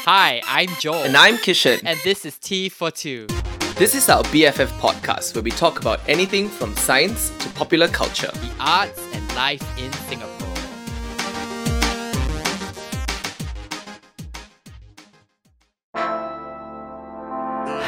Hi, I'm Joel. And I'm Kishan. And this is Tea for Two. This is our BFF podcast where we talk about anything from science to popular culture. The arts and life in Singapore.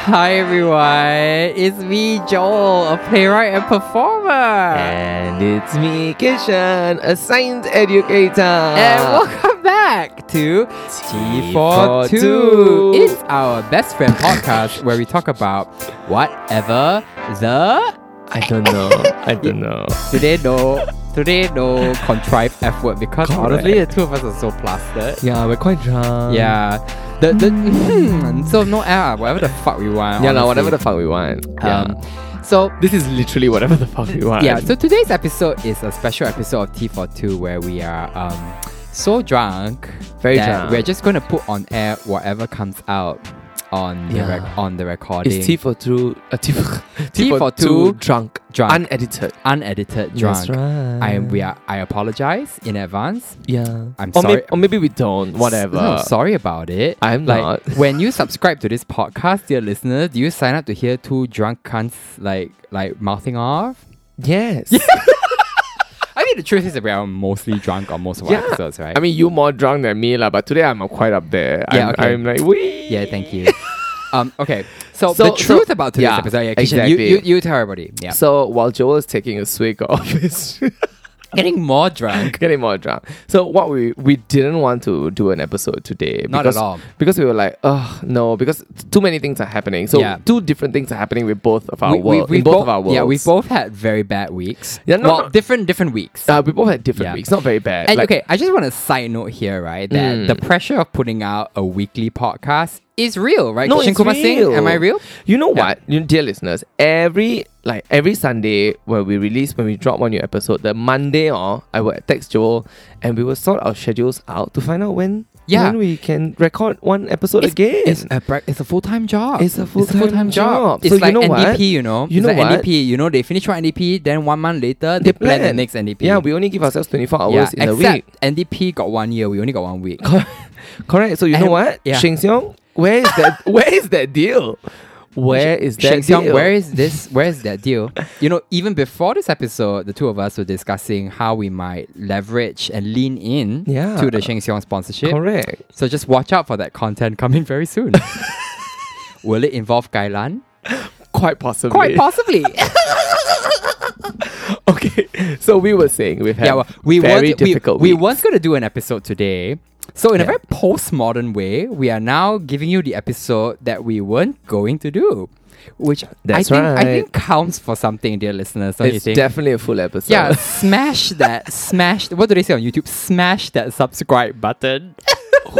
Hi everyone, it's me Joel, a playwright and performer. And it's me, Kishan, a science educator. And welcome back to Tea Tea for for Two. Two. It's our best friend podcast where we talk about whatever the I don't know. I don't know. today no today no contrived F word because Correct. honestly the two of us are so plastered. Yeah, we're quite drunk. Yeah. The the hmm, so no F whatever the fuck we want. Yeah, honestly. no, whatever the fuck we want. Um, so This is literally whatever the fuck we want. yeah, so today's episode is a special episode of Tea for Two where we are um so drunk Very that drunk. we're just gonna put on air whatever comes out on the Yeah. rec- on the recording. It's T for two. Uh, T for, Tea for two. Drunk. Drunk. Unedited. unedited drunk. That's right. I am we are I apologize in advance. Yeah. I'm or sorry. Maybe, or maybe we don't. Whatever. No, sorry about it. I'm like, not. when you subscribe to this podcast, dear listener, do you sign up to hear two drunk cunts like like mouthing off? Yes. I mean, the truth is that we are mostly drunk on most of our Yeah. episodes, right? I mean, you more drunk than me, lah. But today I'm quite up there. Yeah, I'm, okay. I'm like, wee. yeah, thank you. um, okay, so, So- the so- truth about today's yeah, episode, yeah, Kishan, you, exactly. you, you tell everybody. Yeah, So while Joel is taking a swig of his, getting more drunk. getting more drunk. So what we we didn't want to do an episode today. Not at because, all. Because we were like, oh no, because too many things are happening. So Yeah. two different things are happening with both of our We- we- world. we in both bo- of our worlds. Yeah, we both had very bad weeks. Yeah, no, well, no. different different weeks. Uh, we both had different Yeah. weeks. Not very bad. And Like, okay, I just want to side note here, right? That Mm. the pressure of putting out a weekly podcast is real, right? No, Kishan it's Kumar Singh, real. am I real? You know Yeah. what, you, dear listeners, every like every Sunday when we release when we drop one new episode, the Monday or I will text Joel and we will sort our schedules out to find out when Yeah. when we can record one episode again. It's a bra- it's a full time job. It's a full-time job. It's So you like know NDP, what? you know. You it's know like what? NDP, you know. They finish one NDP, then one month later they, They plan. the plan. next NDP. yeah, we only give ourselves twenty four hours yeah, in a week. except NDP got one year. We only got one week. Correct. So you And- know what, yeah. Sheng Xiong, where is that? where is that deal? Where is that Sheng Siong, deal? where is this? Where is that deal? You know, even before this episode, the two of us were discussing how we might leverage and lean in Yeah. to the Sheng Siong sponsorship. correct? So just watch out for that content coming very soon. Will it involve Kai Lan? Quite possibly. Quite possibly. okay. So we were saying we've had yeah, well, we very weren't, we, difficult we weeks. weren't going to do an episode today. So in a Yeah. very postmodern way, we are now giving you the episode that we weren't going to do, which I That's think I right. think counts for something, dear listeners. Don't you It's think? definitely a full episode. yeah, smash that, smash. What do they say on YouTube? Smash that subscribe button.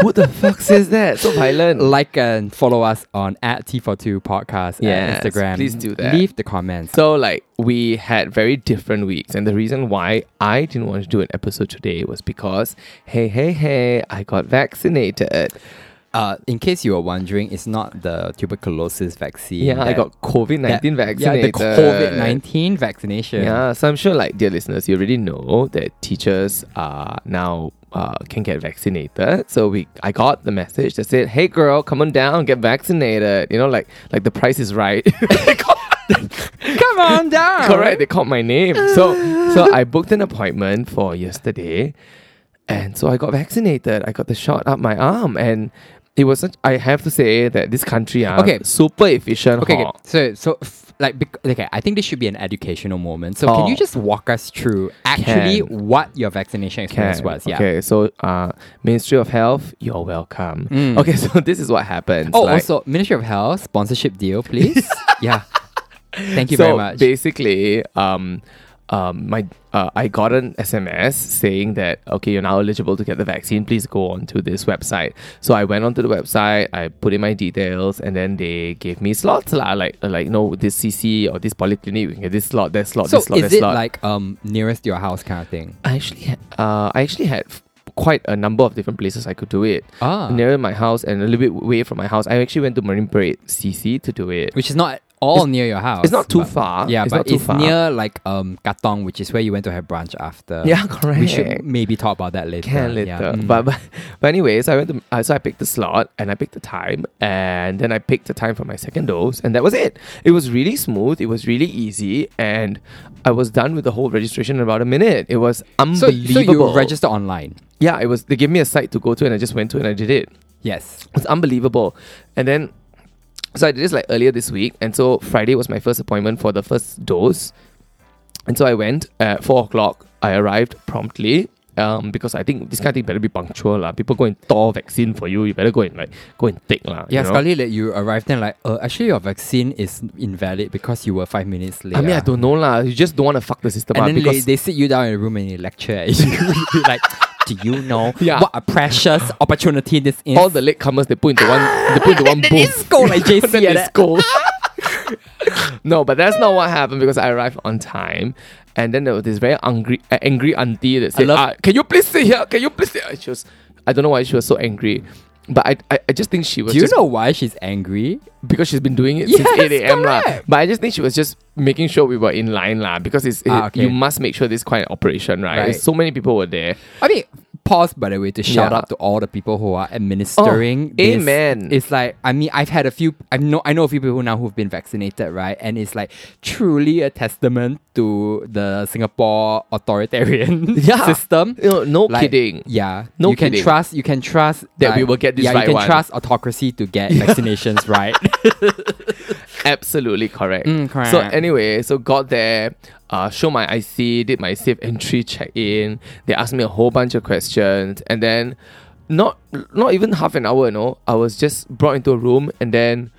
Who the fuck says that? So violent. like and follow us on at T42 Podcast Yes, at Instagram. please do that. Leave the comments. So like we had very different weeks, and the reason why I didn't want to do an episode today was because hey hey hey, I got vaccinated. uh, in case you were wondering, it's not the tuberculosis vaccine. Yeah, I that- got COVID that- nineteen Yeah, the vaccinated. COVID nineteen vaccination. Yeah, so I'm sure like dear listeners, you already know that teachers are now. Uh, can get vaccinated, so we I got the message that said, "Hey girl, come on down, get vaccinated." You know, like like the price is right. come on down. Correct. They called my name. So so I booked an appointment for yesterday, and so I got vaccinated. I got the shot up my arm, and it was. Such, I have to say that this country are Okay. super efficient. Okay, okay. hor. So, so f- like, bec- okay. I think this should be an educational moment. So, can Oh. you just walk us through actually what your vaccination experience Can. was? Yeah. Okay, so uh, Ministry of Health, you're welcome. Mm. Okay, so this is what happens. Oh, like- also Ministry of Health sponsorship deal, please. yeah. Thank you so very much. Basically, um, um, my uh, I got an SMS saying that okay, you're now eligible to get the vaccine. Please go on to this website. So I went onto the website, I put in my details, and then they gave me slots lah. Like like no, this CC or this polyclinic, we can get this slot, that slot, so, this slot, is that it slot. like um nearest your house kind of thing? I actually, had, uh, I actually had f- quite a number of different places I could do it. Ah. Near my house and a little bit away from my house, I actually went to Marine Parade CC to do it. which is not all near your house. It's not too but- far. Yeah, Ah, it's but not too it's far. near like um Katong, which is where you went to have brunch after. Yeah, correct. We should maybe talk about that later. can later. Yeah, mm. But, but but anyways, I went to uh, so I picked the slot and I picked the time and then I picked the time for my second dose and that was it. It was really smooth. It was really easy and I was done with the whole registration in about a minute. It was so, so unbelievable. you register online. yeah, it was. They gave me a site to go to and I just went to and I did it. Yes. It's unbelievable. And then, so I did this like earlier this week. And so Friday was my first appointment for the first dose. And so I went at four o'clock. I arrived promptly. Um, because I think this kind of thing better be punctual lah. People go and thaw vaccine for you. You better go and like go and take lah. Yeah, you know? Scarly, like you arrived then like, uh, actually your vaccine is invalid because you were five minutes late. I mean, I ah." don't know lah. You just don't want to fuck the system And up then they, because they sit you down in a room and they lecture at you. You're like, do you know Yeah. what a precious opportunity this is? all the latecomers they put into one they put into one Then booth. they scold like JC Then they like that. scold. no, but that's not what happened because I arrived on time. And then there was this very angry, uh, angry auntie that said, love- "Ah, "Can you please sit here? Can you please sit?" here?" She was, I don't know why she was so angry, but I, I, I just think she was. do you just- know why she's angry? because she's been doing it Yes, since 8 a.m. lah. correct. But I just think she was just making sure we were in line lah because it's it- Ah, okay. you must make sure this is quite an operation, right? Right. So many people were there. I mean, pause by the way to shout Yeah. out to all the people who are administering. Oh, this. amen. It's like I mean, I've had a few. I know I know a few people now who've been vaccinated, right? And it's like truly a testament to the Singapore authoritarian Yeah. system. You know, no Like, kidding. Yeah, No you kidding. can trust. You can trust That like, we will get this Yeah, right you can one. trust autocracy to get vaccinations right. Absolutely correct. Mm, correct. So anyway, so got there, uh, show my IC, did my safe entry check in. They asked me a whole bunch of questions, and then not not even half an hour, no, I was just brought into a room and then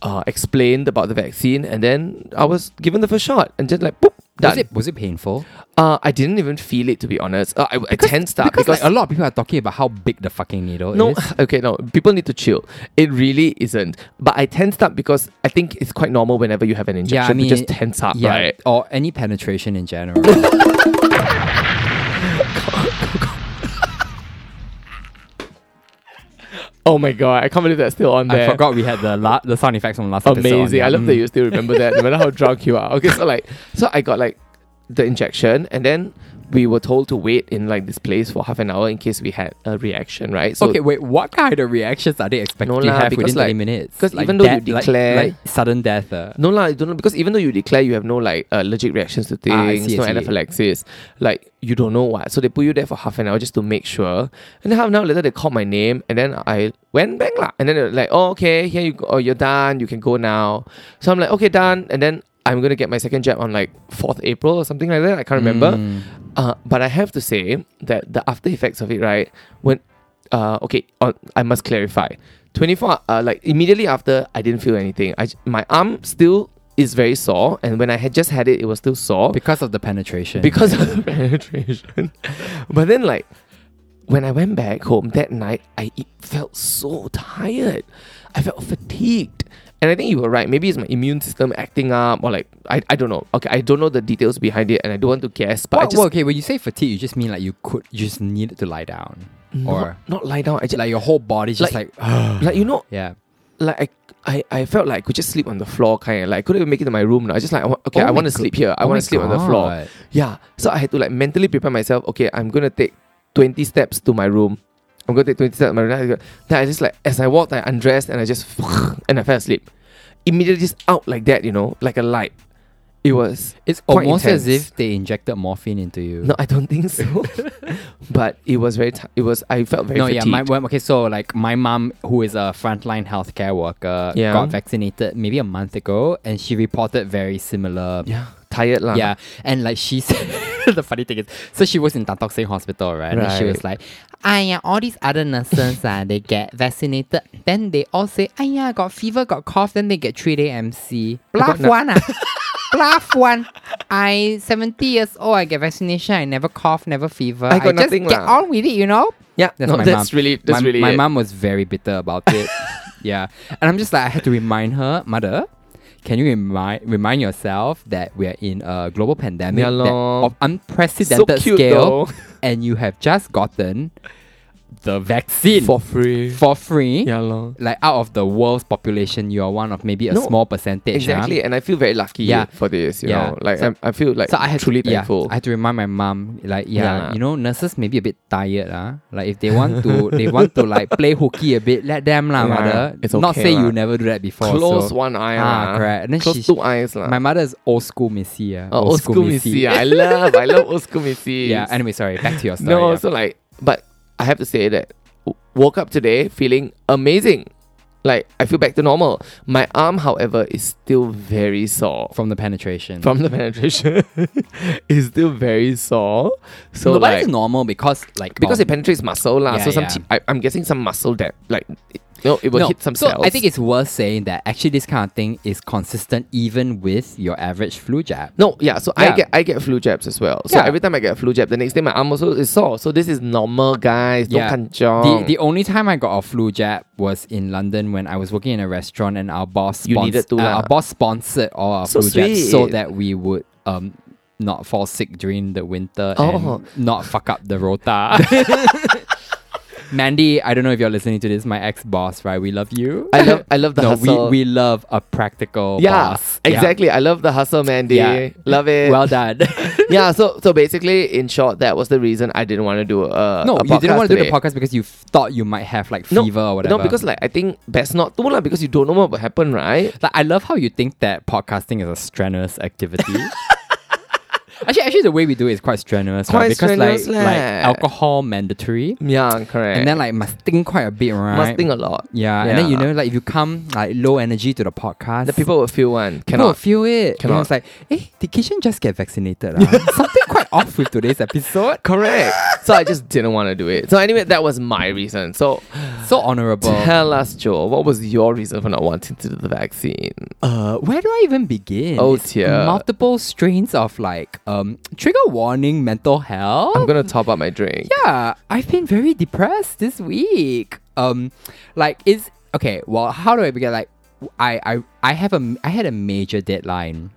uh, explained about the vaccine, and then I was given the first shot, and just like boop. was Done. it was it painful? Uh, I didn't even feel it to be honest. Uh, I, I tensed up because, like, a lot of people are talking about how big the fucking needle No, is. okay, no. People need to chill. It really isn't. But I tensed up because I think it's quite normal whenever you have an Yeah, I injection mean, to just tense up, yeah, right? Or any penetration in general. Oh my god, I can't believe that's still on there. I forgot we had the la- the sound effects from last episode. on Amazing. there. I love Mm. that you still remember that, no matter how drunk you are. Okay, so like, so I got like the injection, and then we were told to wait in like this place for half an hour in case we had a reaction, right? So okay, wait. What kind of reactions are they expecting No to lah, have because within like- 30 minutes? because even though you death- like- declare- like, sudden death, uh, No lah, you don't know because even though you declare you have no like allergic reactions to things, Ah, I see, I no see. anaphylaxis, like you don't know what. So they put you there for half an hour just to make sure. And then half an hour later they called my name and then I went back lah. And then they're like, oh okay, here you go, oh, you're done, you can go now. So I'm like, okay, done. And then I'm gonna get my second jab on like fourth April or something like that. I can't remember. Mm. Uh, but I have to say that the after effects of it, right? When uh, okay, on, I must clarify. Twenty four, uh, like immediately after, I didn't feel anything. I j- my arm still is very sore, and when I had just had it, it was still sore because of the penetration. because of the penetration. but then, like when I went back home that night, I it felt so tired. I felt fatigued. And I think you were right. Maybe it's my immune system acting up, or like I, I don't know. Okay, I don't know the details behind it, and I don't want to guess. But Well, I just well, okay, when you say fatigue, you just mean like you could, you just needed to lie down, or not, not lie down. I just like, like your whole body's just like, Mm. like you know, yeah. like I, I, I felt like I could just sleep on the floor, kind of like I couldn't even make it to my room. Now I just like I wa- okay, Oh my I want to go- sleep here. Oh I my want to sleep on the floor. God. Yeah, so I had to like mentally prepare myself. Okay, I'm gonna take twenty steps to my room. I'm gonna take twenty steps. To my room. Then I just like as I walked, I undressed and I just and I fell asleep. Immediately, just out like that, you know, like a light. It was It's Quite almost as intense. if they injected morphine into you. no, I don't think so, but it was very. T- it was I felt very. no, fatigued. yeah, my well, okay. So like my mom, who is a frontline healthcare worker, Yeah. got vaccinated maybe a month ago, and she reported very similar. yeah tired lah. Yeah, and like she said, the funny thing is, so she was in Tan Tock Seng Hospital, right? And she was like, "Aya, all these other nurses, uh, they get vaccinated, then they all say, Aya, got fever, got cough, then they get three day MC. Bluff no- one, ah, bluff one. I seventy years old, I get vaccination, I never cough, never fever. I got just nothing get lah." on with it, you know." yeah. That's no, my that's mum. really that's my, really my it. mom was very bitter about it. yeah, and I'm just like I had to remind her, mother. Can you remind remind yourself that we are in a global pandemic Yeah that- lor. of unprecedented So cute scale, though. and you have just gotten the vaccine for free. for free. yeah, lor. Like out of the world's population, you are one of maybe a No, small percentage. huh? Exactly, and I feel very lucky Yeah. for this. You Yeah. know, like So- I'm- I, feel like so I had truly to, yeah, thankful. I had to remind my mom, like, yeah, Yeah. you know, nurses may be a bit tired, ah. Like if they want to, they want to like play hooky a bit. Let them lah, Yeah, mother. it's Not okay say you lah. never do that before. Close so. one eye, Ah, ah, correct. And then Close she, two eyes, lah. my mother is old school missy, ah. Oh, old school missy. I love, I love old school missy. yeah. Anyway, sorry. Back to your story. No, yeah. so like, but I have to say that w- woke up today feeling amazing. Like I feel back to normal. My arm, however, is still very sore from the penetration. from the penetration. it's still very sore. So no, but like it's normal because like because um, it penetrates muscle lah. Yeah, so some yeah. t- I, I'm guessing some muscle that like it- no, it will no, hit some so cells. I think it's worth saying that actually this kind of thing is consistent even with your average flu jab. no, yeah. So Yeah. I get I get flu jabs as well. So Yeah. every time I get a flu jab, the next day my arm also is sore. So this is normal, guys. Yeah. Don't kanchiong. The, the only time I got a flu jab was in London when I was working in a restaurant and our boss You spons- needed to uh, lah. our boss sponsored all our So flu jabs so sweet. that we would um not fall sick during the winter Oh. and not fuck up the rota. Mandy, I don't know if you're listening to this, my ex boss, right? We love you. I love I love the no, we, hustle. we love a practical yeah, boss. Yeah. exactly. I love the hustle, Mandy. Yeah. Love it. Well done. yeah. So, so basically, in short, that was the reason I didn't want to do a no, a you didn't podcast want to do the today. podcast because you f- thought you might have like No, fever or whatever. No, because like I think best not to lah because you don't know what will happen, right? Like I love how you think that podcasting is a strenuous activity. actually, actually, the way we do it is quite strenuous, right? Quite Because strenuous like, leh. like alcohol mandatory, Yeah, correct. and then like must think quite a bit, right? must think a lot. yeah, and then you Yeah. know, like if you come like low energy to the podcast, The people will feel one. people will Cannot. feel it. You know, Cannot. it's like, hey, did Kishan just get vaccinated? ah? Something quite off with today's episode. Correct. so I just didn't want to do it. So anyway, that was my reason. So So honorable. tell us, Joe, what was your reason for not wanting to do the vaccine? Uh, where do I even begin? Oh, It's dear. Multiple strains of like um trigger warning, mental health. I'm gonna top up my drink. Yeah, I've been very depressed this week. Um, like it's okay. Well, how do I begin? Like, I I I have a I had a major deadline.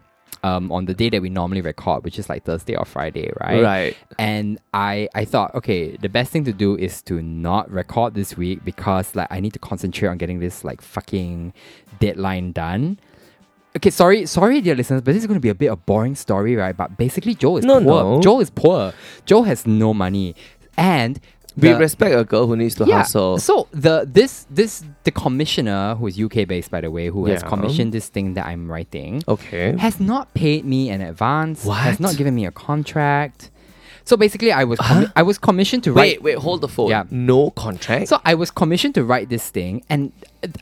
Um, on the day that we normally record, which is like Thursday or Friday, right? Right. And I I thought, okay, the best thing to do is to not record this week because like I need to concentrate on getting this like fucking deadline done. Okay, sorry, sorry, dear listeners, but this is going to be a bit of boring story, right? But basically, Joe is No, poor. no. Joe is poor. Joe has no money, and We the- respect a girl who needs to yeah. hustle. So the this this the commissioner who is UK based, by the way, who has Yeah. Oh, commissioned this thing that I'm writing, Okay. has not paid me an advance. Has What? Uh-huh. not given me a contract. So basically, I was commi- I was commissioned to write. Wait, wait, hold the phone. Yeah. No contract. So I was commissioned to write this thing, and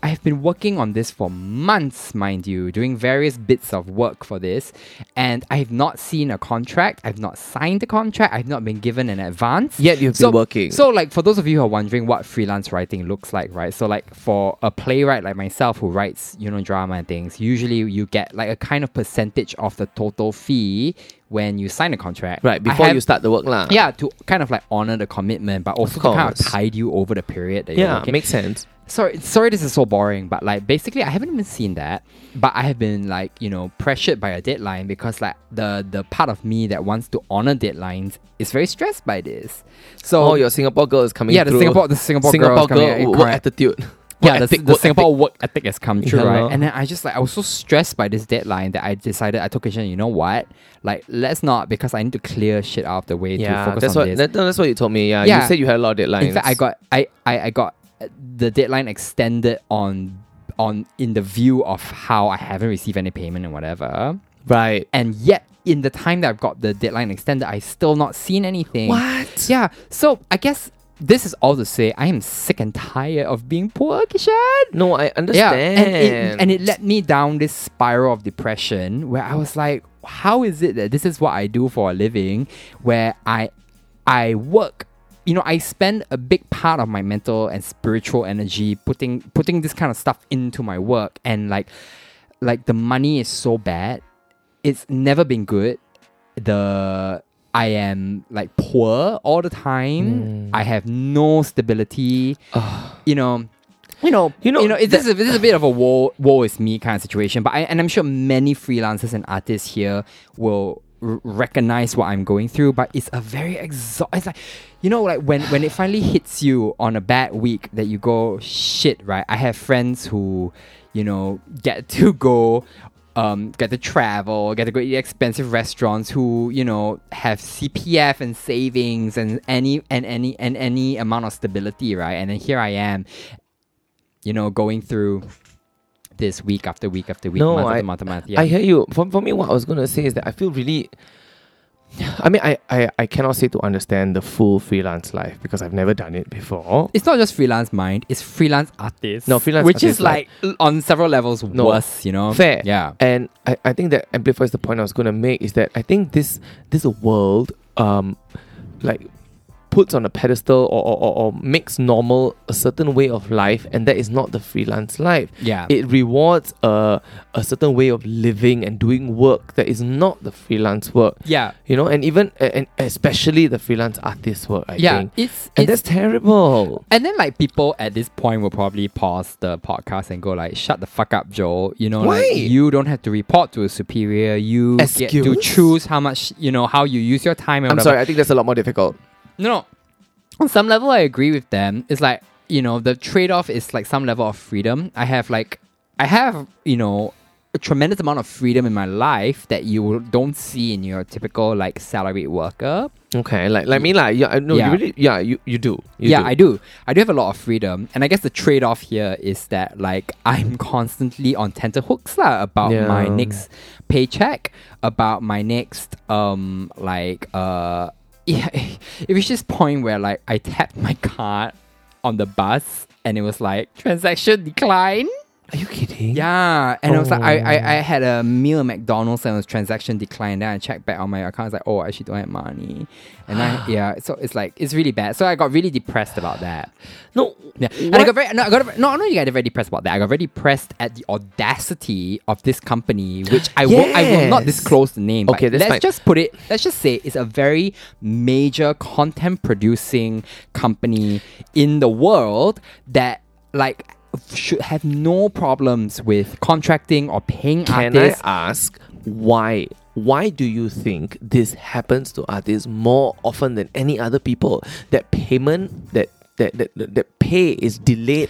I have been working on this for months, mind you, doing various bits of work for this. And I have not seen a contract. I've not signed a contract. I've not been given an advance. Yet you've so, been working. So, like, for those of you who are wondering what freelance writing looks like, right? So, like, for a playwright like myself who writes, you know, drama and things, usually you get like a kind of percentage of the total fee when you sign a contract. I right before have- you start the work, lah. yeah, to kind of like honor the commitment, but also to kind of course. tide you over the period that you're Yeah, working. makes sense. sorry, sorry, this is so boring, but like basically, I haven't even seen that, but I have been like you know pressured by a deadline because like the the part of me that wants to honor deadlines is very stressed by this. So Oh, your Singapore girl is coming. yeah, the through. Singapore the Singapore, Singapore girls coming girl. in, What correct. attitude? yeah, Work the, ethic, the work Singapore ethic. work ethic has come true, Yeah, right? lor. And then I just like I was so stressed by this deadline that I decided I took a you know what, like let's not because I need to clear shit out of the way to Yeah, focus that's on what this. that- no, that's what you told me. Yeah, Yeah. you said you had a lot of deadlines. In fact, I got I, I I got uh, the deadline extended on on in the view of how I haven't received any payment and whatever. right. And yet, in the time that I've got the deadline extended, I still not seen anything. What? Yeah. So I guess this is all to say I am sick and tired of being poor, Kishan. No, I understand. Yeah, and it, and it led me down this spiral of depression where I was like, how is it that this is what I do for a living, where I, I work, you know, I spend a big part of my mental and spiritual energy putting putting this kind of stuff into my work, and like, like the money is so bad, it's never been good. The I am like poor all the time. I have no stability. you know, you know, You know, you know. It, this, is a, this is a bit of a woe, woe is me kind of situation. But I and I'm sure many freelancers and artists here will r- recognize what I'm going through, but it's a very exhaust. It's like, you know, like when when it finally hits you on a bad week that you go shit. Right, I have friends who, you know, get to go. Um, get to travel, get to go eat expensive restaurants. Who you know have CPF and savings and any and any and any amount of stability, right? And then here I am, you know, going through this week after week after week, No, month I- after month after month. Yeah. I hear you. For, for me, what I was going to say is that I feel really. I mean, I, I, I cannot say to understand the full freelance life because I've never done it before. it's not just freelance mind, it's freelance artists. No, freelance Which artists, is like, l- on several levels No. worse, you know? Fair. Yeah. And I, I think that amplifies the point I was going to make is that I think this this world um like puts on a pedestal or, or, or, or makes normal a certain way of life and that is not the freelance life. Yeah. It rewards a, a certain way of living and doing work that is not the freelance work. yeah. You know, and even a- and especially the freelance artist work, I yeah. think. It's, And it's that's terrible. and then like people at this point will probably pause the podcast and go like, "Shut the fuck up, Joel." You know, Why? like you don't have to report to a superior. You get to Excuse? choose how much you know how you use your time. And I'm whatever. sorry, I think that's a lot more difficult. No, no. On some level, I agree with them. It's like, you know, the trade off is like some level of freedom. I have, like, I have, you know, a tremendous amount of freedom in my life that you don't see in your typical, like, salaried worker. Okay, like like me like yeah, I no, Yeah. you really yeah, you, you do. You yeah, do. I do. I do have a lot of freedom. And I guess the trade off here is that, like, I'm constantly on tenterhooks lah, about Yeah. my next paycheck, about my next, um, like, uh, yeah, it reached this point where, like, I tapped my card on the bus and it was like, transaction decline. Are you kidding? Yeah, and I was like, I, I, I had a meal at McDonald's and it was transaction declined. Then I checked back on my account. I was like, oh, I actually don't have money. And I, yeah, so it's like, it's really bad. So I got really depressed about that. No. Yeah. And I got very, no, I got, no, no, you got very depressed about that. I got very depressed at the audacity of this company, which I will, I will not Yes. disclose the name. Okay, but that's let's fine. just put it. Let's just say it's a very major content producing company in the world that like should have no problems with contracting or paying Can I artists. ask why? Why do you think this happens to artists more often than any other people? That payment, that that that, that, that pay is delayed.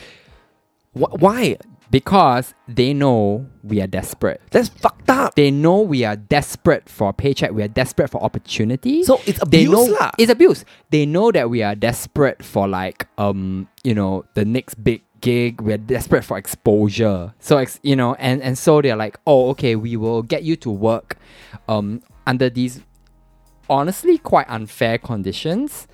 Wh- why? because they know we are desperate. That's fucked up. They know we are desperate for a paycheck. We are desperate for opportunity. So it's they abuse know lah. it's abuse. They know that we are desperate for like um you know the next big gig. We're desperate for exposure. So ex- you know and and so they're like oh okay we will get you to work, um under these honestly quite unfair conditions.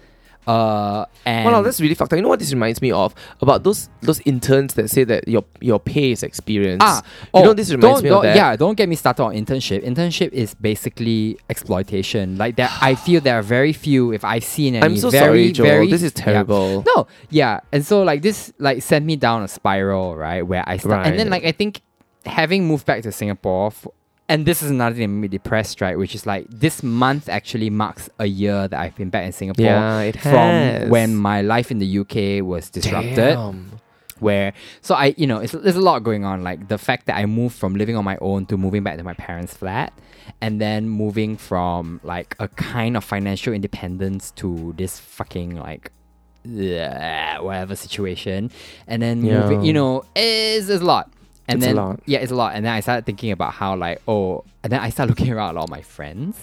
Uh and Wow, that's really fucked up. You know what this reminds me of? About those those interns that say that your your pay is experience. Ah, you oh, know this reminds don't- me don't, of that. Yeah, don't get me started on internship. Internship is basically exploitation. Like that, I feel there are very few. If I've seen any, I'm so very, sorry, Joel. very- This is yeah. terrible. No, yeah, and so like this, like sent me down a spiral, right? Where I start, and then Right. like I think having moved back to Singapore. f and this is another thing that made me depressed, right? Which is like this month actually marks a year that I've been back in Singapore Yeah, it has. from when my life in the UK was disrupted Damn. where so I you know it's, there's a lot going on like the fact that I moved from living on my own to moving back to my parents' flat and then moving from like a kind of financial independence to this fucking like yeah, whatever situation and then Yeah. moving you know is is a lot and It's a then lot. yeah it's a lot and then I started thinking about how like oh and then I started looking around a lot of my friends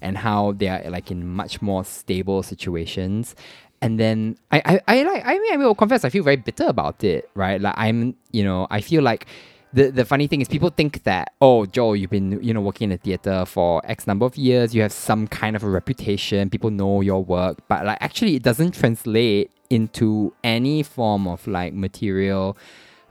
and how they are like in much more stable situations and then I, I, I like I mean I will confess I feel very bitter about it, right? Like I'm you know, I feel like the, the funny thing is people think that, oh Joel, you've been you know working in the theater for X number of years, you have some kind of a reputation, people know your work, but like actually it doesn't translate into any form of like material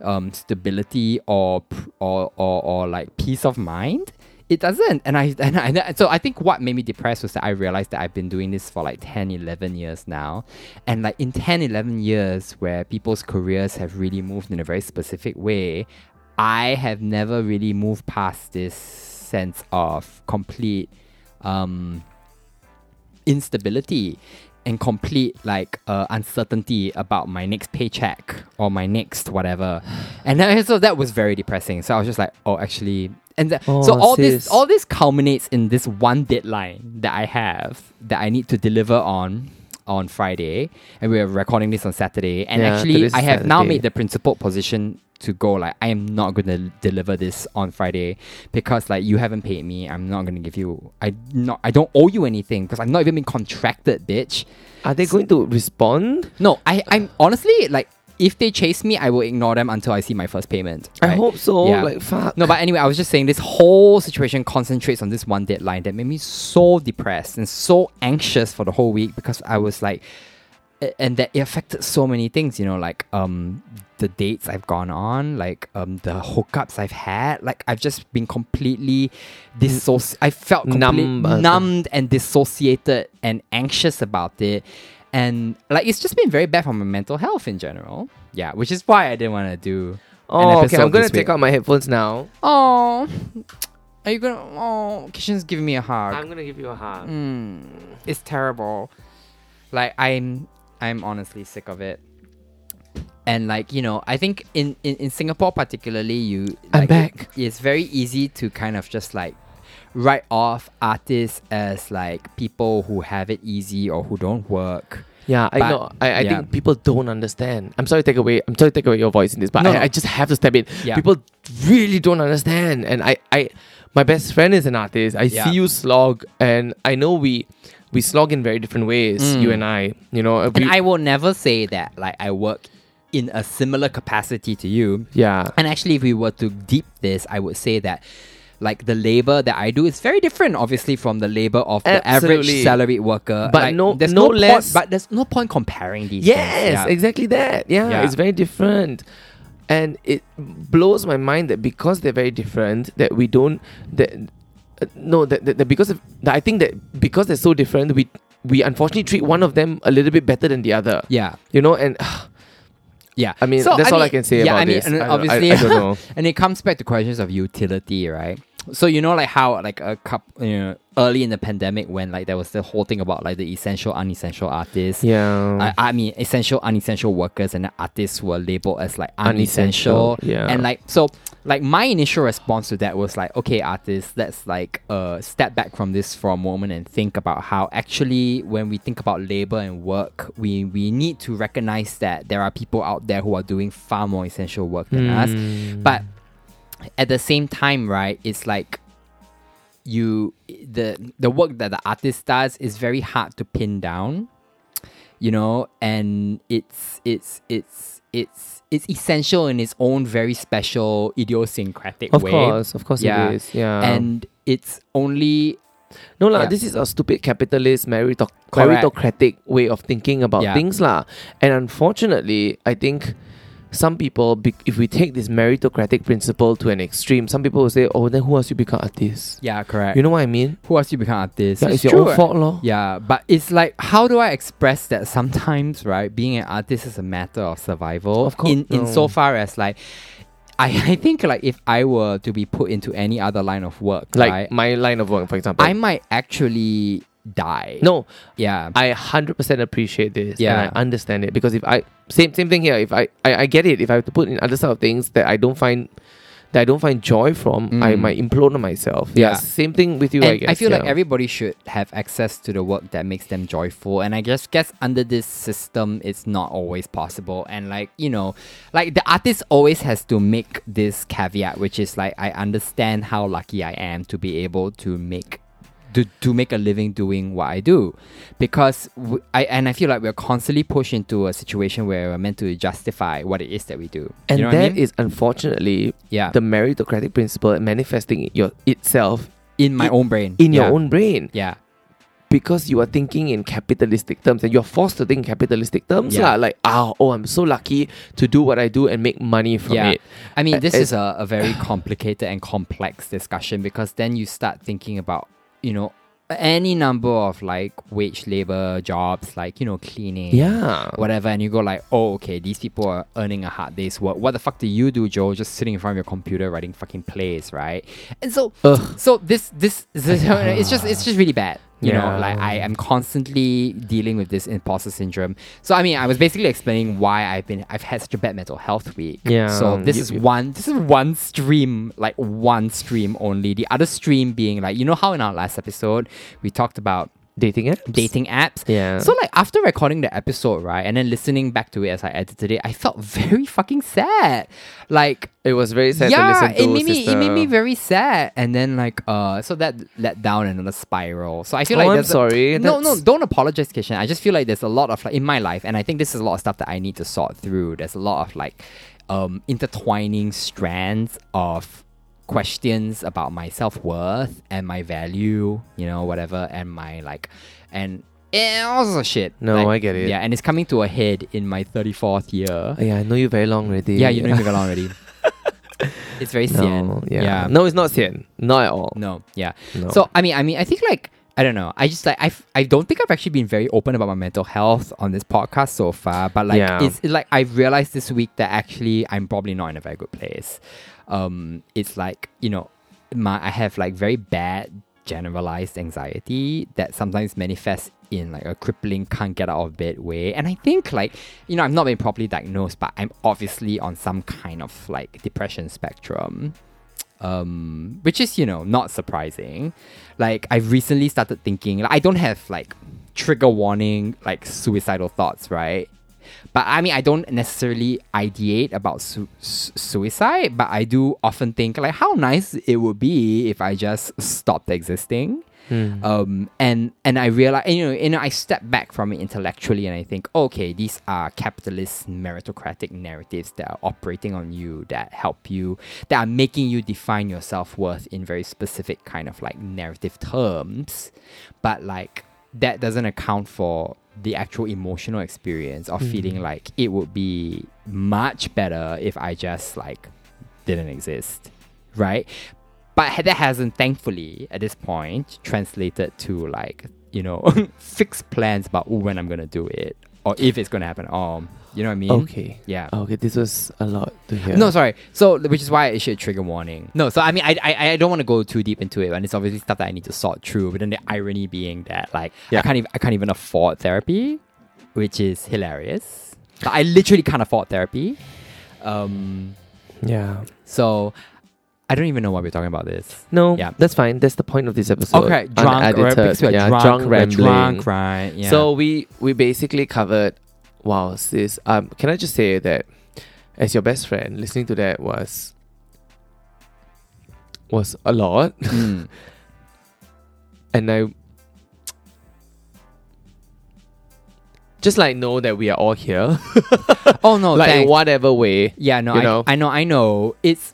um, stability or, pr- or or or like peace of mind. It doesn't. And I, and I and so I think what made me depressed was that I realized that I've been doing this for like 10 11 years now. And like in 10 11 years where people's careers have really moved in a very specific way, I have never really moved past this sense of complete um instability and complete like uh, uncertainty about my next paycheck or my next whatever. And then, so that was very depressing. So I was just like, oh, actually, and th- so Oh, all this sis. all this culminates in this one deadline that I have that I need to deliver on on Friday, and we're recording this on Saturday. And Yeah, actually, today's I have now Saturday. made the principal position to go like I am not going to deliver this on Friday because like you haven't paid me. I'm not going to give you. I not. I don't owe you anything because I've not even been contracted, bitch. Are they going to respond? No, I. I'm honestly like. If they chase me, I will ignore them until I see my first payment. I right? hope so. Yeah. Like fuck. No, but anyway, I was just saying this whole situation concentrates on this one deadline that made me so depressed and so anxious for the whole week because I was like, a- and that it affected so many things, you know, like um the dates I've gone on, like um the hookups I've had, like I've just been completely dissoci. I felt completely Numb, uh, numbed and dissociated and anxious about it. And like it's just been very bad for my mental health in general. Yeah, which is why I didn't want to do. an oh, okay. episode I'm gonna this take week. out my headphones now. Oh, are you gonna? Oh, Kishan's giving me a hug. gonna give you a hug. it's terrible. Like I'm, I'm honestly sick of it. And like you know, I think in in, in Singapore particularly, you I'm like, back. it- it's very easy to kind of just like write off artists as like people who have it easy or who don't work. Yeah, I But- know. I, I yeah. think people don't understand. I'm sorry to take away. I'm sorry to take away your voice in this, but No, I, no. I just have to step in. Yeah. People really don't understand, and I, I, my best friend is an artist. I Yeah. see you slog, and I know we, we slog in very different ways. You and I, you know, uh, we, Mm. And I will never say that like I work in a similar capacity to you. yeah, And actually, if we were to deep this, I would say that like the labor that I do is very different, obviously, from the labor of the average Absolutely. salaried worker. But Like, no- there's no point- less- but there's no point comparing these. Yes, things. exactly that. Yeah, Yeah. it's very different. And it blows my mind that because they're very different, that we don't that uh, no that, that, that because of, that I think that because they're so different, we we unfortunately treat one of them a little bit better than the other. yeah, You know, and yeah. I mean So, that's all I mean- can say yeah, about I mean, this. and I don't- I- obviously, I, don't know. and it comes back to questions of utility, right? So you know, like how like a cup, you know, early in the pandemic when like there was the whole thing about like the essential, unessential artists. Yeah. I, I mean, essential, unessential workers and artists were labeled as like unessential. Unessential, yeah. And like, so, like, my initial response to that was like, okay, artists, let's like uh, step back from this for a moment and think about how actually, when we think about labor and work, we, we need to recognize that there are people out there who are doing far more essential work Hmm. than us. But at the same time, right, it's like, you the the work that the artist does is very hard to pin down you know and it's it's it's it's it's essential in its own very special idiosyncratic of way course, of course Yeah. it is. Yeah. and it's only No lah, Yeah. this is a stupid capitalist meritoc- Correct. meritocratic way of thinking about Yeah. things lah. And unfortunately, I think some people, bec- if we take this meritocratic principle to an extreme, some people will say, "Oh, then who else you become artist?" yeah correct You know what I mean? who else you become artist Yeah, it's, your true, own fault, lor. yeah but it's like how do i express that sometimes right being an artist is a matter of survival Of course, in in no. so far as like I, I think like if I were to be put into any other line of work, Like right, my line of work, for example. I might actually die. no, Yeah. I hundred percent appreciate this. Yeah, Yeah. and I understand it because if I same same thing here. If I, I I get it. If I have to put in other sort of things that I don't find that I don't find joy from, I Mm. might implode on myself. Yeah. Yeah, same thing with you. and I guess. feel like yeah. everybody should have access to the work that makes them joyful. And I just guess under this system, it's not always possible. And like, you know, like the artist always has to make this caveat, which is like, I understand how lucky I am to be able to make. To, to make a living doing what I do, because w I I and I feel like we're constantly pushed into a situation where we're meant to justify what it is that we do, And you know that what I is mean? unfortunately yeah, the meritocratic principle manifesting your itself in my in- own brain, in your Yeah. own brain yeah, because you are thinking in capitalistic terms and you're forced to think in capitalistic terms. Yeah. lah. Like, oh, oh, I'm so lucky to do what I do and make money from yeah. it. I mean, Uh, this it's- is a, a very complicated and complex discussion because then you start thinking about, you know, any number of like wage labor jobs, like, you know, cleaning. Yeah. Whatever, and you go like, oh, okay, these people are earning a hard day's work. What the fuck do you do, Joe? Just sitting in front of your computer writing fucking plays, right? And so, Ugh. so this, this, this it's just, it's just really bad. You know, Yeah. like I am constantly dealing with this imposter syndrome. So I mean, I was basically explaining why I've been I've had such a bad mental health week. Yeah. So this You- is you- one this is one stream, like one stream only. The other stream being like, you know how in our last episode we talked about Dating apps? dating apps. Yeah. So like after recording the episode, right, and then listening back to it as I edited it, I felt very fucking sad. Like It was very sad to yeah, listen to. it made me it made me sister. very sad, and then like uh, so that let down another spiral. So I feel Oh, like I'm there's a- sorry. no, no, That's- don't apologize, Kishan. I just feel like there's a lot of like in my life, and I think this is a lot of stuff that I need to sort through. There's a lot of like um, intertwining strands of questions about my self worth and my value, you know, whatever, and my like and. eh, And also shit. No, Like, I get it. Yeah, and it's coming to a head in my 34th year. Oh, Yeah, I know you very long already. Yeah, you know me along already. It's very No, sian. yeah. No, it's not Sian. Not at all. No, yeah. No. So I mean, I mean, I think like I don't know. I just like I I don't think I've actually been very open about my mental health on this podcast so far. But like Yeah. it's like I've realized this week that actually I'm probably not in a very good place. Um, it's like you know, my I have like very bad generalized anxiety that sometimes manifests in like a crippling can't get out of bed way and i think like you know i've not been properly diagnosed but i'm obviously on some kind of like depression spectrum um, which is you know not surprising. Like I've recently started thinking. Like I don't have like trigger warning, like suicidal thoughts, right? But I mean, I don't necessarily ideate about su- su- suicide, but I do often think like how nice it would be if I just stopped existing. Um, and and I realize you know you know I step back from it intellectually and I think okay these are capitalist meritocratic narratives that are operating on you that help you that are making you define your self worth in very specific kind of like narrative terms, but like that doesn't account for the actual emotional experience of feeling like it would be much better if I just like didn't exist, right? But that hasn't, thankfully, at this point, translated to like, you know, fixed plans about "Ooh, when I'm going to do it or if it's going to happen. Um, you know what I mean? Okay. Oh, Yeah. Okay, this was a lot to hear. No, sorry. So, which is why it should trigger warning. No, so I mean, I I, I don't want to go too deep into it, and it's obviously stuff that I need to sort through. But then the irony being that like I Yeah. can't even I can't even afford therapy, which is hilarious. Like, I literally can't afford therapy. Um, Yeah. so I don't even know why we're talking about this. No, Yeah. that's fine. That's the point of this episode. okay, drunk. right, Unedited. because we're yeah, drunk, drunk we're rambling. drunk, right? Yeah. So we we basically covered wow sis. Um, can I just say that as your best friend, listening to that was was a lot, Mm. and I just like know that we are all here, oh no, like in thanks. whatever way. Yeah, no, you I know? I know, I know. It's,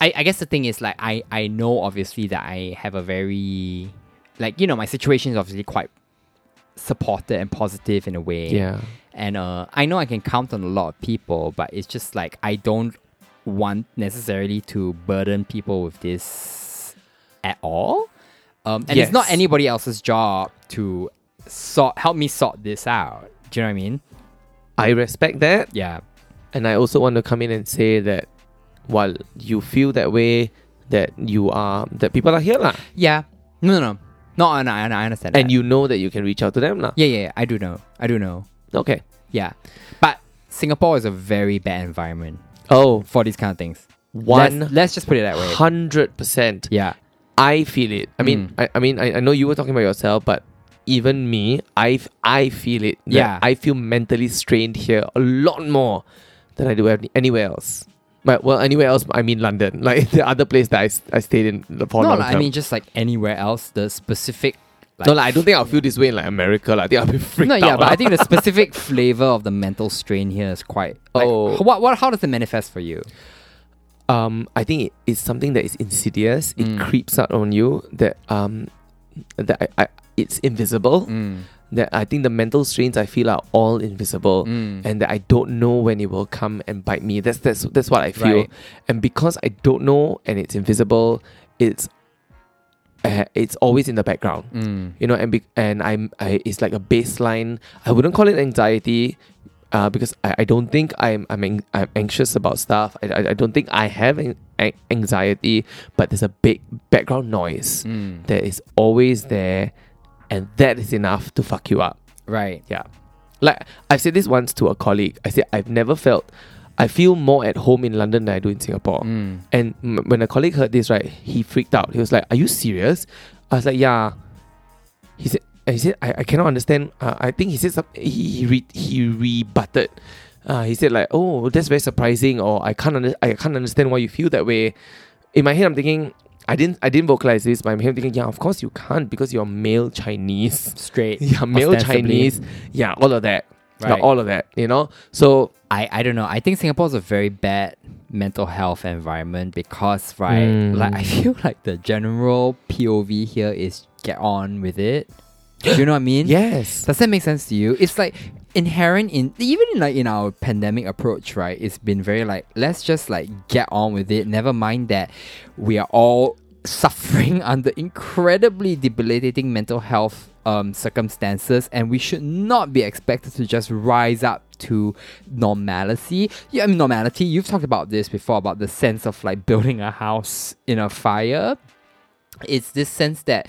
I, I guess the thing is like I, I know obviously that I have a very, like you know, my situation is obviously quite supported and positive in a way. Yeah, And uh, I know I can count on a lot of people, but it's just like I don't want necessarily to burden people with this at all. Um, and it's not Yes. anybody else's job to sort help me sort this out. Do you know what I mean? I respect that, Yeah. and I also want to come in and say that while you feel that way, that you are that people are here lah, Yeah. No, no, no. No, I, I, I understand. and that. you know that you can reach out to them lah. Yeah, yeah, yeah, I do know. I do know. Okay. Yeah. But Singapore is a very bad environment Oh, for these kind of things. one. Let's, let's just put it that way. Hundred percent. Yeah. I feel it. I mean, Mm. I, I mean, I, I know you were talking about yourself, but even me, I I feel it. that Yeah. I feel mentally strained here a lot more than I do any- anywhere else. But well, anywhere else, I mean London, like the other place that I, s- I stayed in the for a no, long like, I time. mean, just like anywhere else, the specific. Like, no, like, I don't think I'll feel this way in like America. Like, I think I'll be freaked No, out. yeah, but lah. I think the specific flavor of the mental strain here is quite. Like, Oh. h- What, what, how does it manifest for you? um, I think it, it's something that is insidious. It Mm. creeps out on you. That um, that I, I it's invisible. Mm. That I think the mental strains I feel are all invisible. Mm. and that I don't know when it will come and bite me. That's that's that's what I feel. Right. And because I don't know and it's invisible, it's uh, it's always in the background. Mm. You know, and be, and I'm I, it's like a baseline. I wouldn't call it anxiety. Uh, because I, I don't think I'm I'm, an- I'm anxious about stuff. I, I, I don't think I have an, an- anxiety, but there's a big background noise Mm. that is always there and that is enough to fuck you up. Right. Yeah. Like I've said this once to a colleague. I said I've never felt I feel more at home in London than I do in Singapore. Mm. And m- when a colleague heard this, right, he freaked out. He was like, "Are you serious?" I was like, "Yeah." He said, and "He said I, I cannot understand." Uh, I think he said some, he he, re, he rebutted. Uh, he said like, "Oh, that's very surprising," or "I can't under, I can't understand why you feel that way." In my head, I'm thinking. I didn't I didn't vocalize this, but I'm here thinking, yeah, of course you can't because you're male Chinese. Straight. Yeah, male ostensibly. Chinese. Yeah, all of that. Yeah, Right. all of that. You know? So I, I don't know. I think Singapore is a very bad mental health environment because right, Mm. like I feel like the general POV here is get on with it. Do you know what I mean? yes. Does that make sense to you? It's like inherent in even in like in our pandemic approach, right? It's been very like let's just like get on with it. Never mind that we are all suffering under incredibly debilitating mental health um, circumstances, and we should not be expected to just rise up to normalcy. Yeah, I mean normality. You've talked about this before about the sense of like building a house in a fire it's this sense that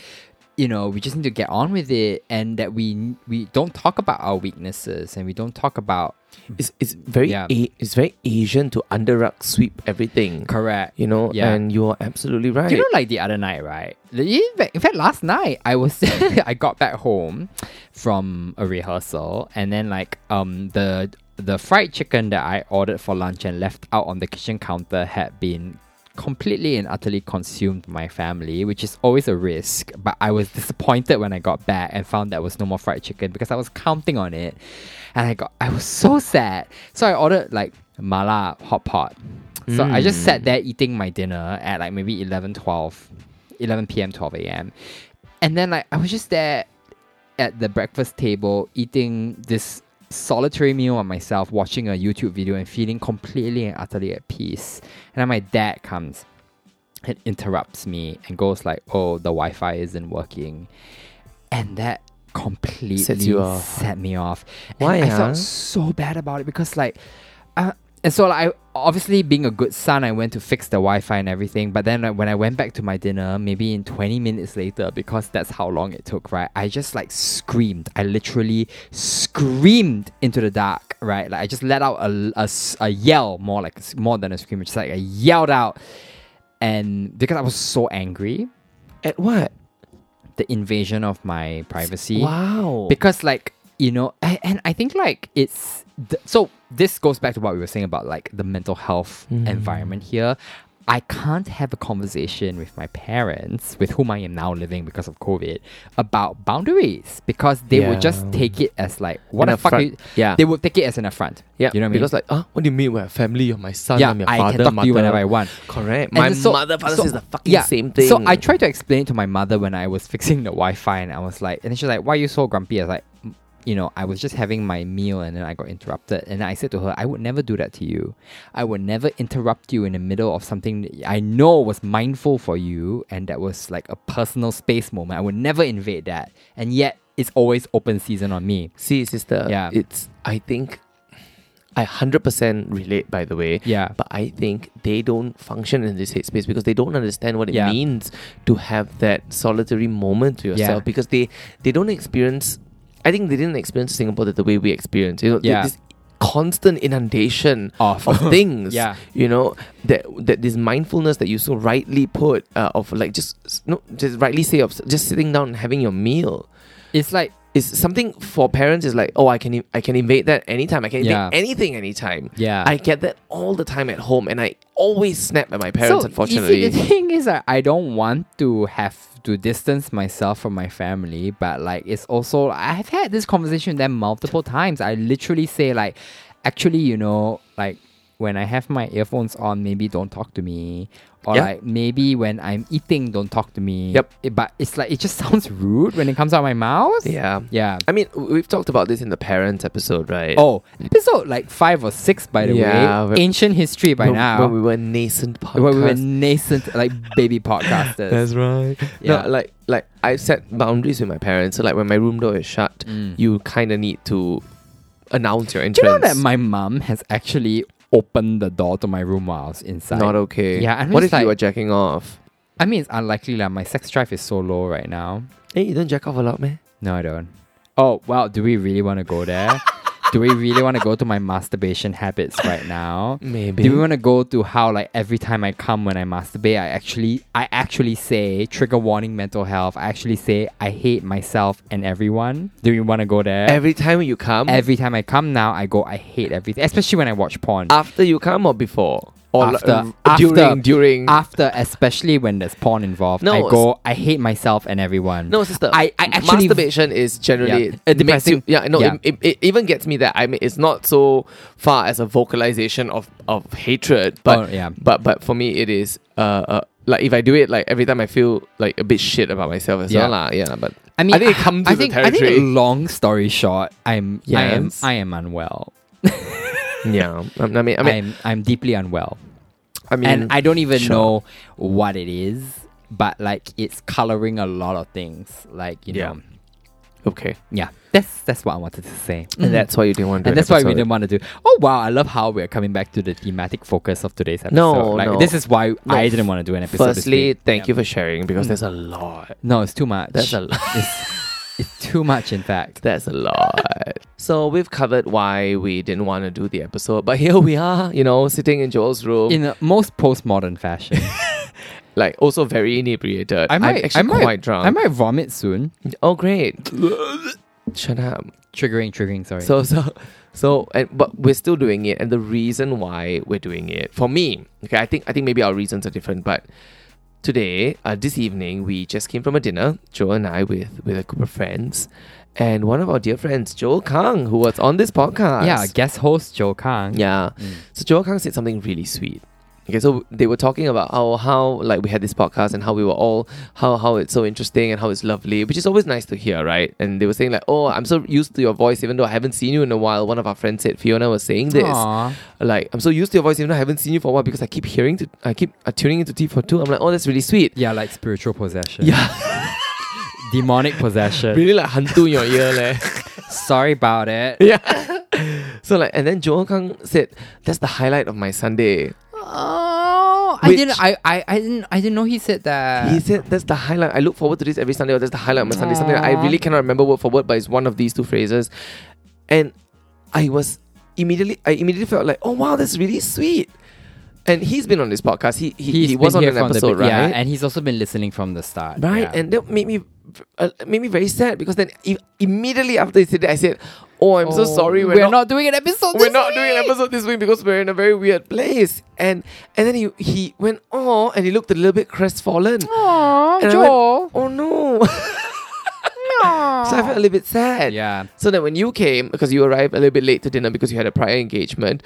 you know we just need to get on with it and that we we don't talk about our weaknesses and we don't talk about It's it's very Yeah. a, it's very Asian to under rug sweep everything. correct You know, Yeah. and you are absolutely right. you know like the other night right The- in fact- in fact last night i was i got back home from a rehearsal and then like um the the fried chicken that i ordered for lunch and left out on the kitchen counter had been completely and utterly consumed my family which is always a risk but i was disappointed when i got back and found there was no more fried chicken because i was counting on it and i got i was so sad so i ordered like mala hot pot so i just Hmm. sat there eating my dinner at like maybe 11 12 11 p.m 12 a.m and then like i was just there at the breakfast table eating this solitary meal on myself, watching a YouTube video and feeling completely and utterly at peace. And then my dad comes and interrupts me and goes like, Oh, the Wi-Fi isn't working. And that completely Sets you off. set me off. And Why, I huh? felt so bad about it because like uh, and so like, I obviously being a good son, I went to fix the Wi-Fi and everything. But then like, when I went back to my dinner, maybe in 20 minutes later, because that's how long it took, right? I just like screamed. I literally screamed into the dark, right? Like I just let out a, a s- a yell, more like more than a scream, just like I yelled out, and because I was so angry, At what? the invasion of my privacy Wow. because like you know and, and i think like it's th- so this goes back to what we were saying about like the mental health Mm. environment here i can't have a conversation with my parents with whom i am now living because of covid about boundaries because they would just Yeah. take it as like what An the fuck are affront. you, Yeah. they would take it as an affront yeah. you know what because i mean like, ah, what do you mean we're a family? You're my son. yeah I'm your i father. can talk mother. to you whenever i want Correct. and my so- mother, father so- says the fucking yeah, same thing. So I tried to explain it to my mother when I was fixing the Wi-Fi, and I was like, and she's like, "Why are you so grumpy?" I was like, "Mm, "You know, I was just having my meal, and then I got interrupted." And I said to her, "I would never do that to you. I would never interrupt you in the middle of something that I know was mindful for you, and that was like a personal space moment. I would never invade that. And yet, it's always open season on me. see, sister. Yeah. It's I think I hundred percent relate. By the way. Yeah, But I think they don't function in this headspace because they don't understand what it Yeah. means to have that solitary moment to yourself Yeah. because they they don't experience. I think they didn't experience Singapore the, the way we experience. You know, th- Yeah. this constant inundation Of. of things. Yeah. You know that that this mindfulness that you so rightly put uh, of like just s- no just rightly say of s- just sitting down and having your meal it's like is something for parents is like oh I can in- I can invade that anytime I can invade Yeah. anything anytime. yeah. I get that all the time at home, and I always snap at my parents. So, unfortunately, You see, the thing is, I, I don't want to have to distance myself from my family, but like it's also I've had this conversation with them multiple times. I literally say like, actually, you know, like when I have my earphones on, maybe don't talk to me. Or Yeah. like maybe when I'm eating, don't talk to me. Yep. It- but it's like it just sounds rude when it comes out of my mouth. yeah, Yeah. I mean, w- we've talked about this in the parents episode, right? Oh, episode like five or six, by the Yeah, way. but- Ancient history by when, now. when we were nascent podcast. when we were nascent, like baby podcasters. right. Yeah. No, like like I set boundaries with my parents. So like when my room door is shut, Mm. you kind of need to announce your Do entrance. you know that my mum has actually opened the door to my room while I was inside? not okay. Yeah, I mean, What if it's you like- were jacking off? I mean, it's unlikely. Like my sex drive is so low right now. Hey, you don't jack off a lot, man. No, I don't. Oh, well, do we really want to go there? do we really want to go to my masturbation habits right now? Maybe. Do we want to go to how like every time I come when I masturbate, I actually I actually say trigger warning mental health. I actually say I hate myself and everyone. Do we want to go there? Every time you come, Every time I come now, I go I hate everything, especially when I watch porn. after you come or before or l- after, r- during after, during. after, especially when there's porn involved, No, I it's- go I hate myself and everyone. no, sister. I- I actually- masturbation is generally Yeah. it makes you. Depressing. Yeah, no, Yeah. It, it, it even gets me that I mean, it's not so far as a vocalization of of hatred, but Oh, yeah. but but for me, it is uh, uh like if I do it like every time I feel like a bit shit about myself as Yeah. well, lah. Yeah, but I mean, I think it comes I with the think, I think territory. long story short, I'm Yes. I am I am unwell. yeah, I mean, I mean, I I mean, am I'm deeply unwell. I mean and I don't even sure. know what it is, but like it's coloring a lot of things. Like you Yeah. know, okay, Mm-hmm. yeah. That's that's what I wanted to say, and that's why you didn't want to. do and an that's why we episode. didn't want to do. Oh wow, I love how we're coming back to the thematic focus of today's episode. No, like no. this is why I didn't want to do an episode. this Firstly, week. thank Yeah. you for sharing because there's a lot. No, it's too much. That's a lot. it's, it's too much, in fact. That's a lot. so we've covered why we didn't want to do the episode, but here we are, you know, sitting in Joel's room, In a most postmodern fashion, like also very inebriated. I might, am actually I might, quite drunk. I might vomit soon. oh, great. Shut up. Triggering, triggering. Sorry. So so so and but we're still doing it and the reason why we're doing it for me, okay, I think I think maybe our reasons are different, but today, uh, this evening we just came from a dinner, Joel and I with with a group of friends. And one of our dear friends, Joel Kang, who was on this podcast. yeah, guest host Joe Kang. Yeah. Mm. So Joel Kang said something really sweet. Okay, so they were talking about how how like we had this podcast and how we were all how how it's so interesting and how it's lovely, which is always nice to hear, right? And they were saying like, oh, I'm so used to your voice, even though I haven't seen you in a while. One of our friends said Fiona was saying this, Aw. like, I'm so used to your voice, even though I haven't seen you for a while because I keep hearing to I keep uh, tuning into T for two. I'm like, oh, that's really sweet. Yeah, like spiritual possession. Yeah, Demonic possession. really like hantu in your ear, leh. Sorry about it. yeah. So like, and then Joel Kang said, that's the highlight of my Sunday. Oh, I Which- didn't. I, I, I didn't. I didn't know he said that. He said that's the highlight. I look forward to this every Sunday. Or that's the highlight of my Sunday. Something that I really cannot remember word for word, but it's one of these two phrases. And I was immediately, I immediately felt like, oh wow, that's really sweet. And he's been on this podcast. He he, He's he was been on here an from the episode, be- right? Yeah, and he's also been listening from the start. right. yeah. And that made me uh, made me very sad because then i- immediately after he said that, I said, oh, I'm so Oh, sorry. We're, not, doing an episode. we're this not doing an week. episode this week because we're in a very weird place. And and then he he went oh and he looked a little bit crestfallen. Aw, And I went, Joel. oh no. So I felt a little bit sad. Yeah. So then when you came, because you arrived a little bit late to dinner because you had a prior engagement,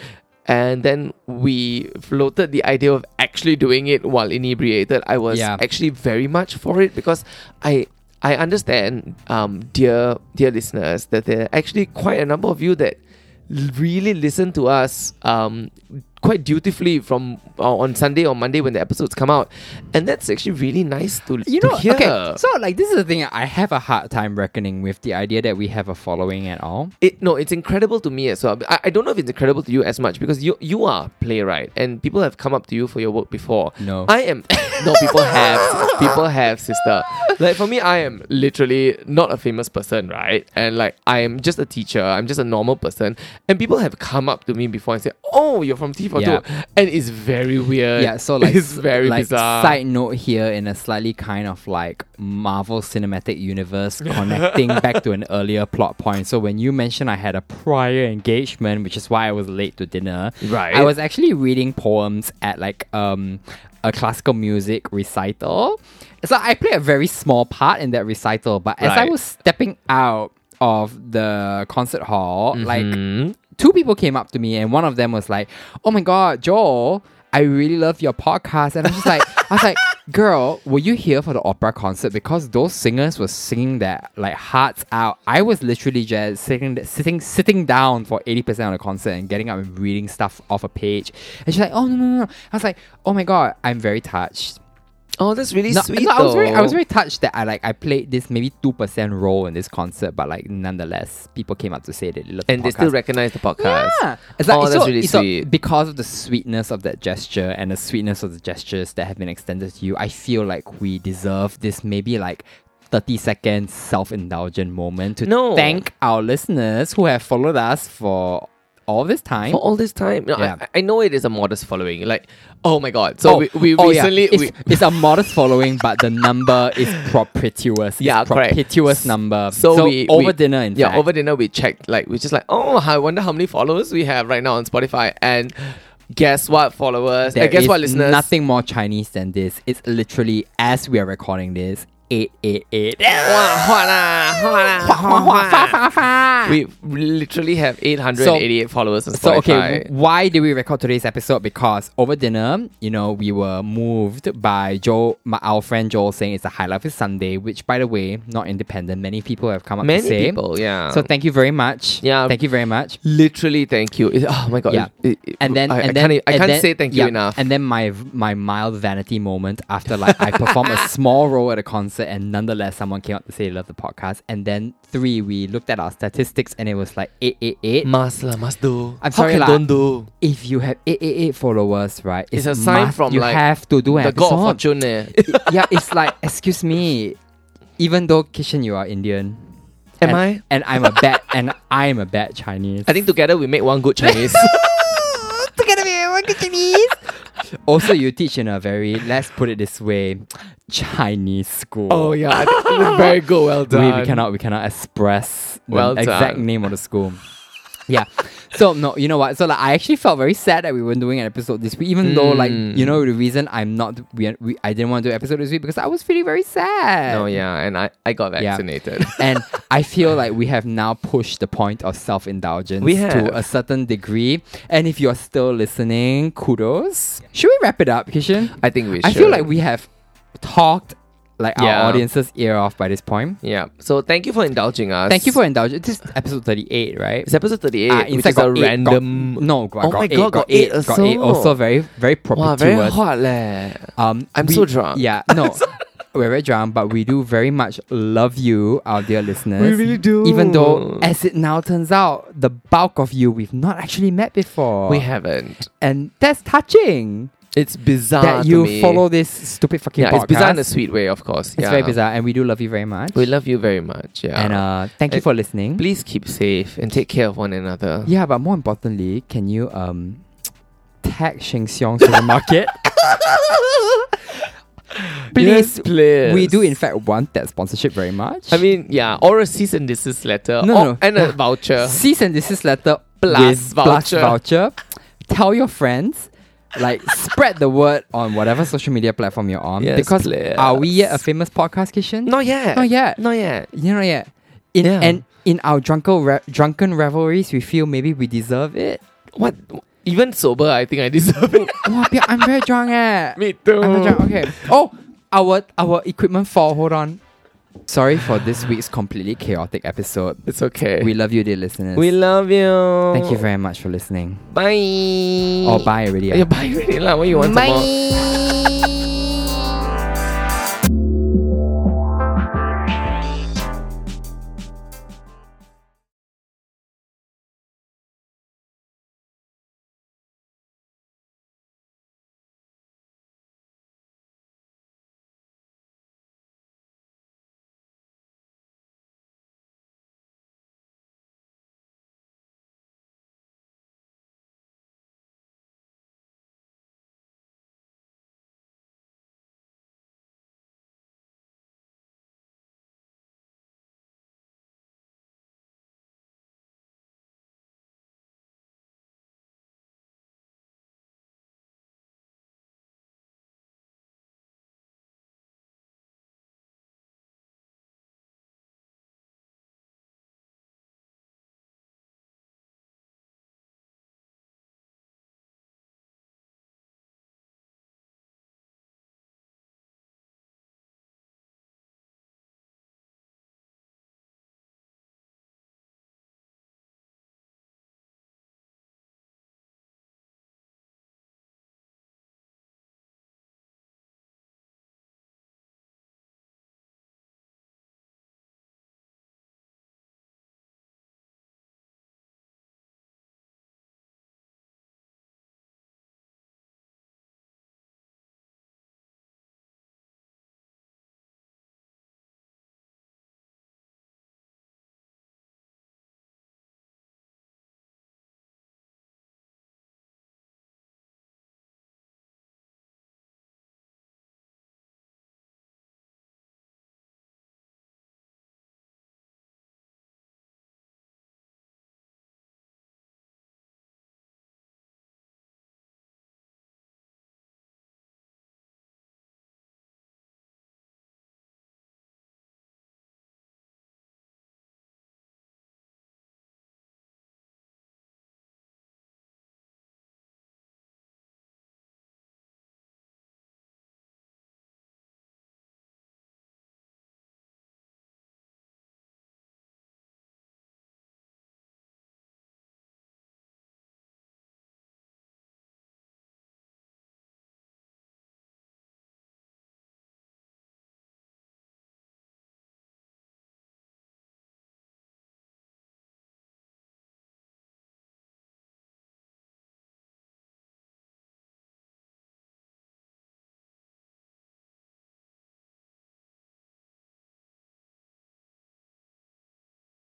and then we floated the idea of actually doing it while inebriated. I was Yeah. actually very much for it because I I understand, um, dear dear listeners, that there are actually quite a number of you that l- really listen to us um, quite dutifully from uh, on Sunday or Monday when the episodes come out, and that's actually really nice to You to know, hear. okay. So, like, this is the thing. I have a hard time reckoning with the idea that we have a following at all. It no, it's incredible to me as well. I, I don't know if it's incredible to you as much because you you are a playwright and people have come up to you for your work before. No. I am no people have people have sister. Like for me, I am literally not a famous person, right? And like I am just a teacher. I'm just a normal person, and people have come up to me before and said, "Oh, you're from T for Yeah. two, and it's very weird. yeah, so like it's very like, bizarre. Side note here in a slightly kind of like Marvel Cinematic Universe connecting back to an earlier plot point. So when you mentioned I had a prior engagement, which is why I was late to dinner, Right. I was actually reading poems at like um a classical music recital. So I played a very small part in that recital, but as I Right. was stepping out of the concert hall, like Mm-hmm. two people came up to me and one of them was like, Oh my god, Joel, I really love your podcast. And I was just like I was like, girl, were you here for the opera concert? Because those singers were singing their like hearts out. I was literally just sitting sitting sitting down for 80% of the concert and getting up and reading stuff off a page. And she's like, Oh no no no. I was like, Oh my god, I'm very touched. Oh, that's really sweet. I was very I was though. very touched that I like I played this maybe two percent role in this concert, but like nonetheless, people came up to say that they loved the and they still podcast. recognize the podcast. Yeah. It's like, Oh, it's that's so- really it's so- sweet. because of the sweetness of that gesture and the sweetness of the gestures that have been extended to you, I feel like we deserve this maybe like 30 second self indulgent moment to No. thank our listeners who have followed us for all this time. For all this time, no, Yeah. I, I know it is a modest following. Like, oh my god! So we, we oh, yeah. recently, It's, we, it's a modest following, but the number is propitious. It's Yeah, correct. propitious number. so, we over we- dinner, in yeah, fact. over dinner we checked. Like, we just like, oh, I wonder how many followers we have right now on Spotify. And guess what, followers? There and guess is what, listeners? Nothing more Chinese than this. It's literally as we are recording this, eight eight eight. 哇，哗啦，哗啦，哗啦，哗啦。We literally have 888 followers on Spotify. So okay, why did we record today's episode? Because over dinner, you know, we were moved by Joe, my, our friend Joel, saying it's a highlight of his Sunday. Which, by the way, not independent. Many people have come up many to say. people, yeah. So thank you very much. Yeah. thank you very much. literally, thank you. It- oh my god. Yeah. it- it- and then I, and I then can't, e- I and can't then- say thank you yeah, enough. And then my my mild vanity moment after like I performed a small role at a concert and nonetheless someone came up to say they love the podcast. And then three, we looked at our statistics and it was like eight eight eight. Must lah, must do. I'm How sorry can lah. don't do. If you have eight eight eight followers, right? It's a sign must- from, you like, have to do an The God of episode. Fortune. eh. yeah, it's like excuse me. Even though Kishan, you are Indian. Am and- I? And I'm a bad and I am a bad Chinese. I think together we make one good Chinese. Together we work Chinese. also, you teach in a very, let's put it this way, Chinese school. oh yeah, I think it's very good. Well we, done. we cannot we cannot express the Well exact done. name of the school. Yeah. So no, you know what? So like, I actually felt very sad that we weren't doing an episode this week, even though like Mm. you know the reason I'm not we, we I didn't want to do an episode this week because I was feeling very sad. No, yeah, and I, I got Yeah. vaccinated. and I feel like we have now pushed the point of self indulgence We to have. a certain degree. And if you're still listening, kudos. Should we wrap it up, Kishan? I think we should. I feel like we have talked like Yeah. our audience's ear off by this point. Yeah. So thank you for indulging us. Thank you for indulging. This is episode 38, right? It's episode 38, Ah, which inside is a got eight, random. Got, no, got, Oh got my eight, God, got eight got eight. also. Also very, very Wow, propitious. very hot leh. Um, I'm we- so drunk. Yeah, no, we're very drunk, but we do very much love you, our dear listeners. We really do. Even though, as it now turns out, the bulk of you we've not actually met before. We haven't. and that's touching It's bizarre that Ah, to you me. follow this stupid fucking Yeah, podcast. it's bizarre in a sweet way, of course. It's yeah. very bizarre, and we do love you very much. We love you very much. Yeah. And uh, thank you And for listening. please keep safe and take care of one another. Yeah, but more importantly, can you um tag Sheng Xiong Supermarket? please, Yes, please. We do in fact want that sponsorship very much. I mean, yeah, or a cease and desist letter, No, or, no, and no. a voucher. cease and desist letter Plus with plus voucher. voucher. Tell your friends. Like spread the word on whatever social media platform you're on. Yes, because please. are we yet a famous podcast kitchen? Not yet. Not yet. Not yet. You know yet. In Yeah. and in our drunken ra- drunken revelries, we feel maybe we deserve it. What? Even sober, I think I deserve it. Wow, I'm very drunk eh. Me too. I'm not drunk. Okay. Oh, our our equipment fall. Hold on. Sorry for this week's completely chaotic episode. It's okay. We love you, dear listeners. We love you. Thank you very much for listening. Bye. Oh, bye already. ah. Yeah, bye already lah. What you want some more? Bye.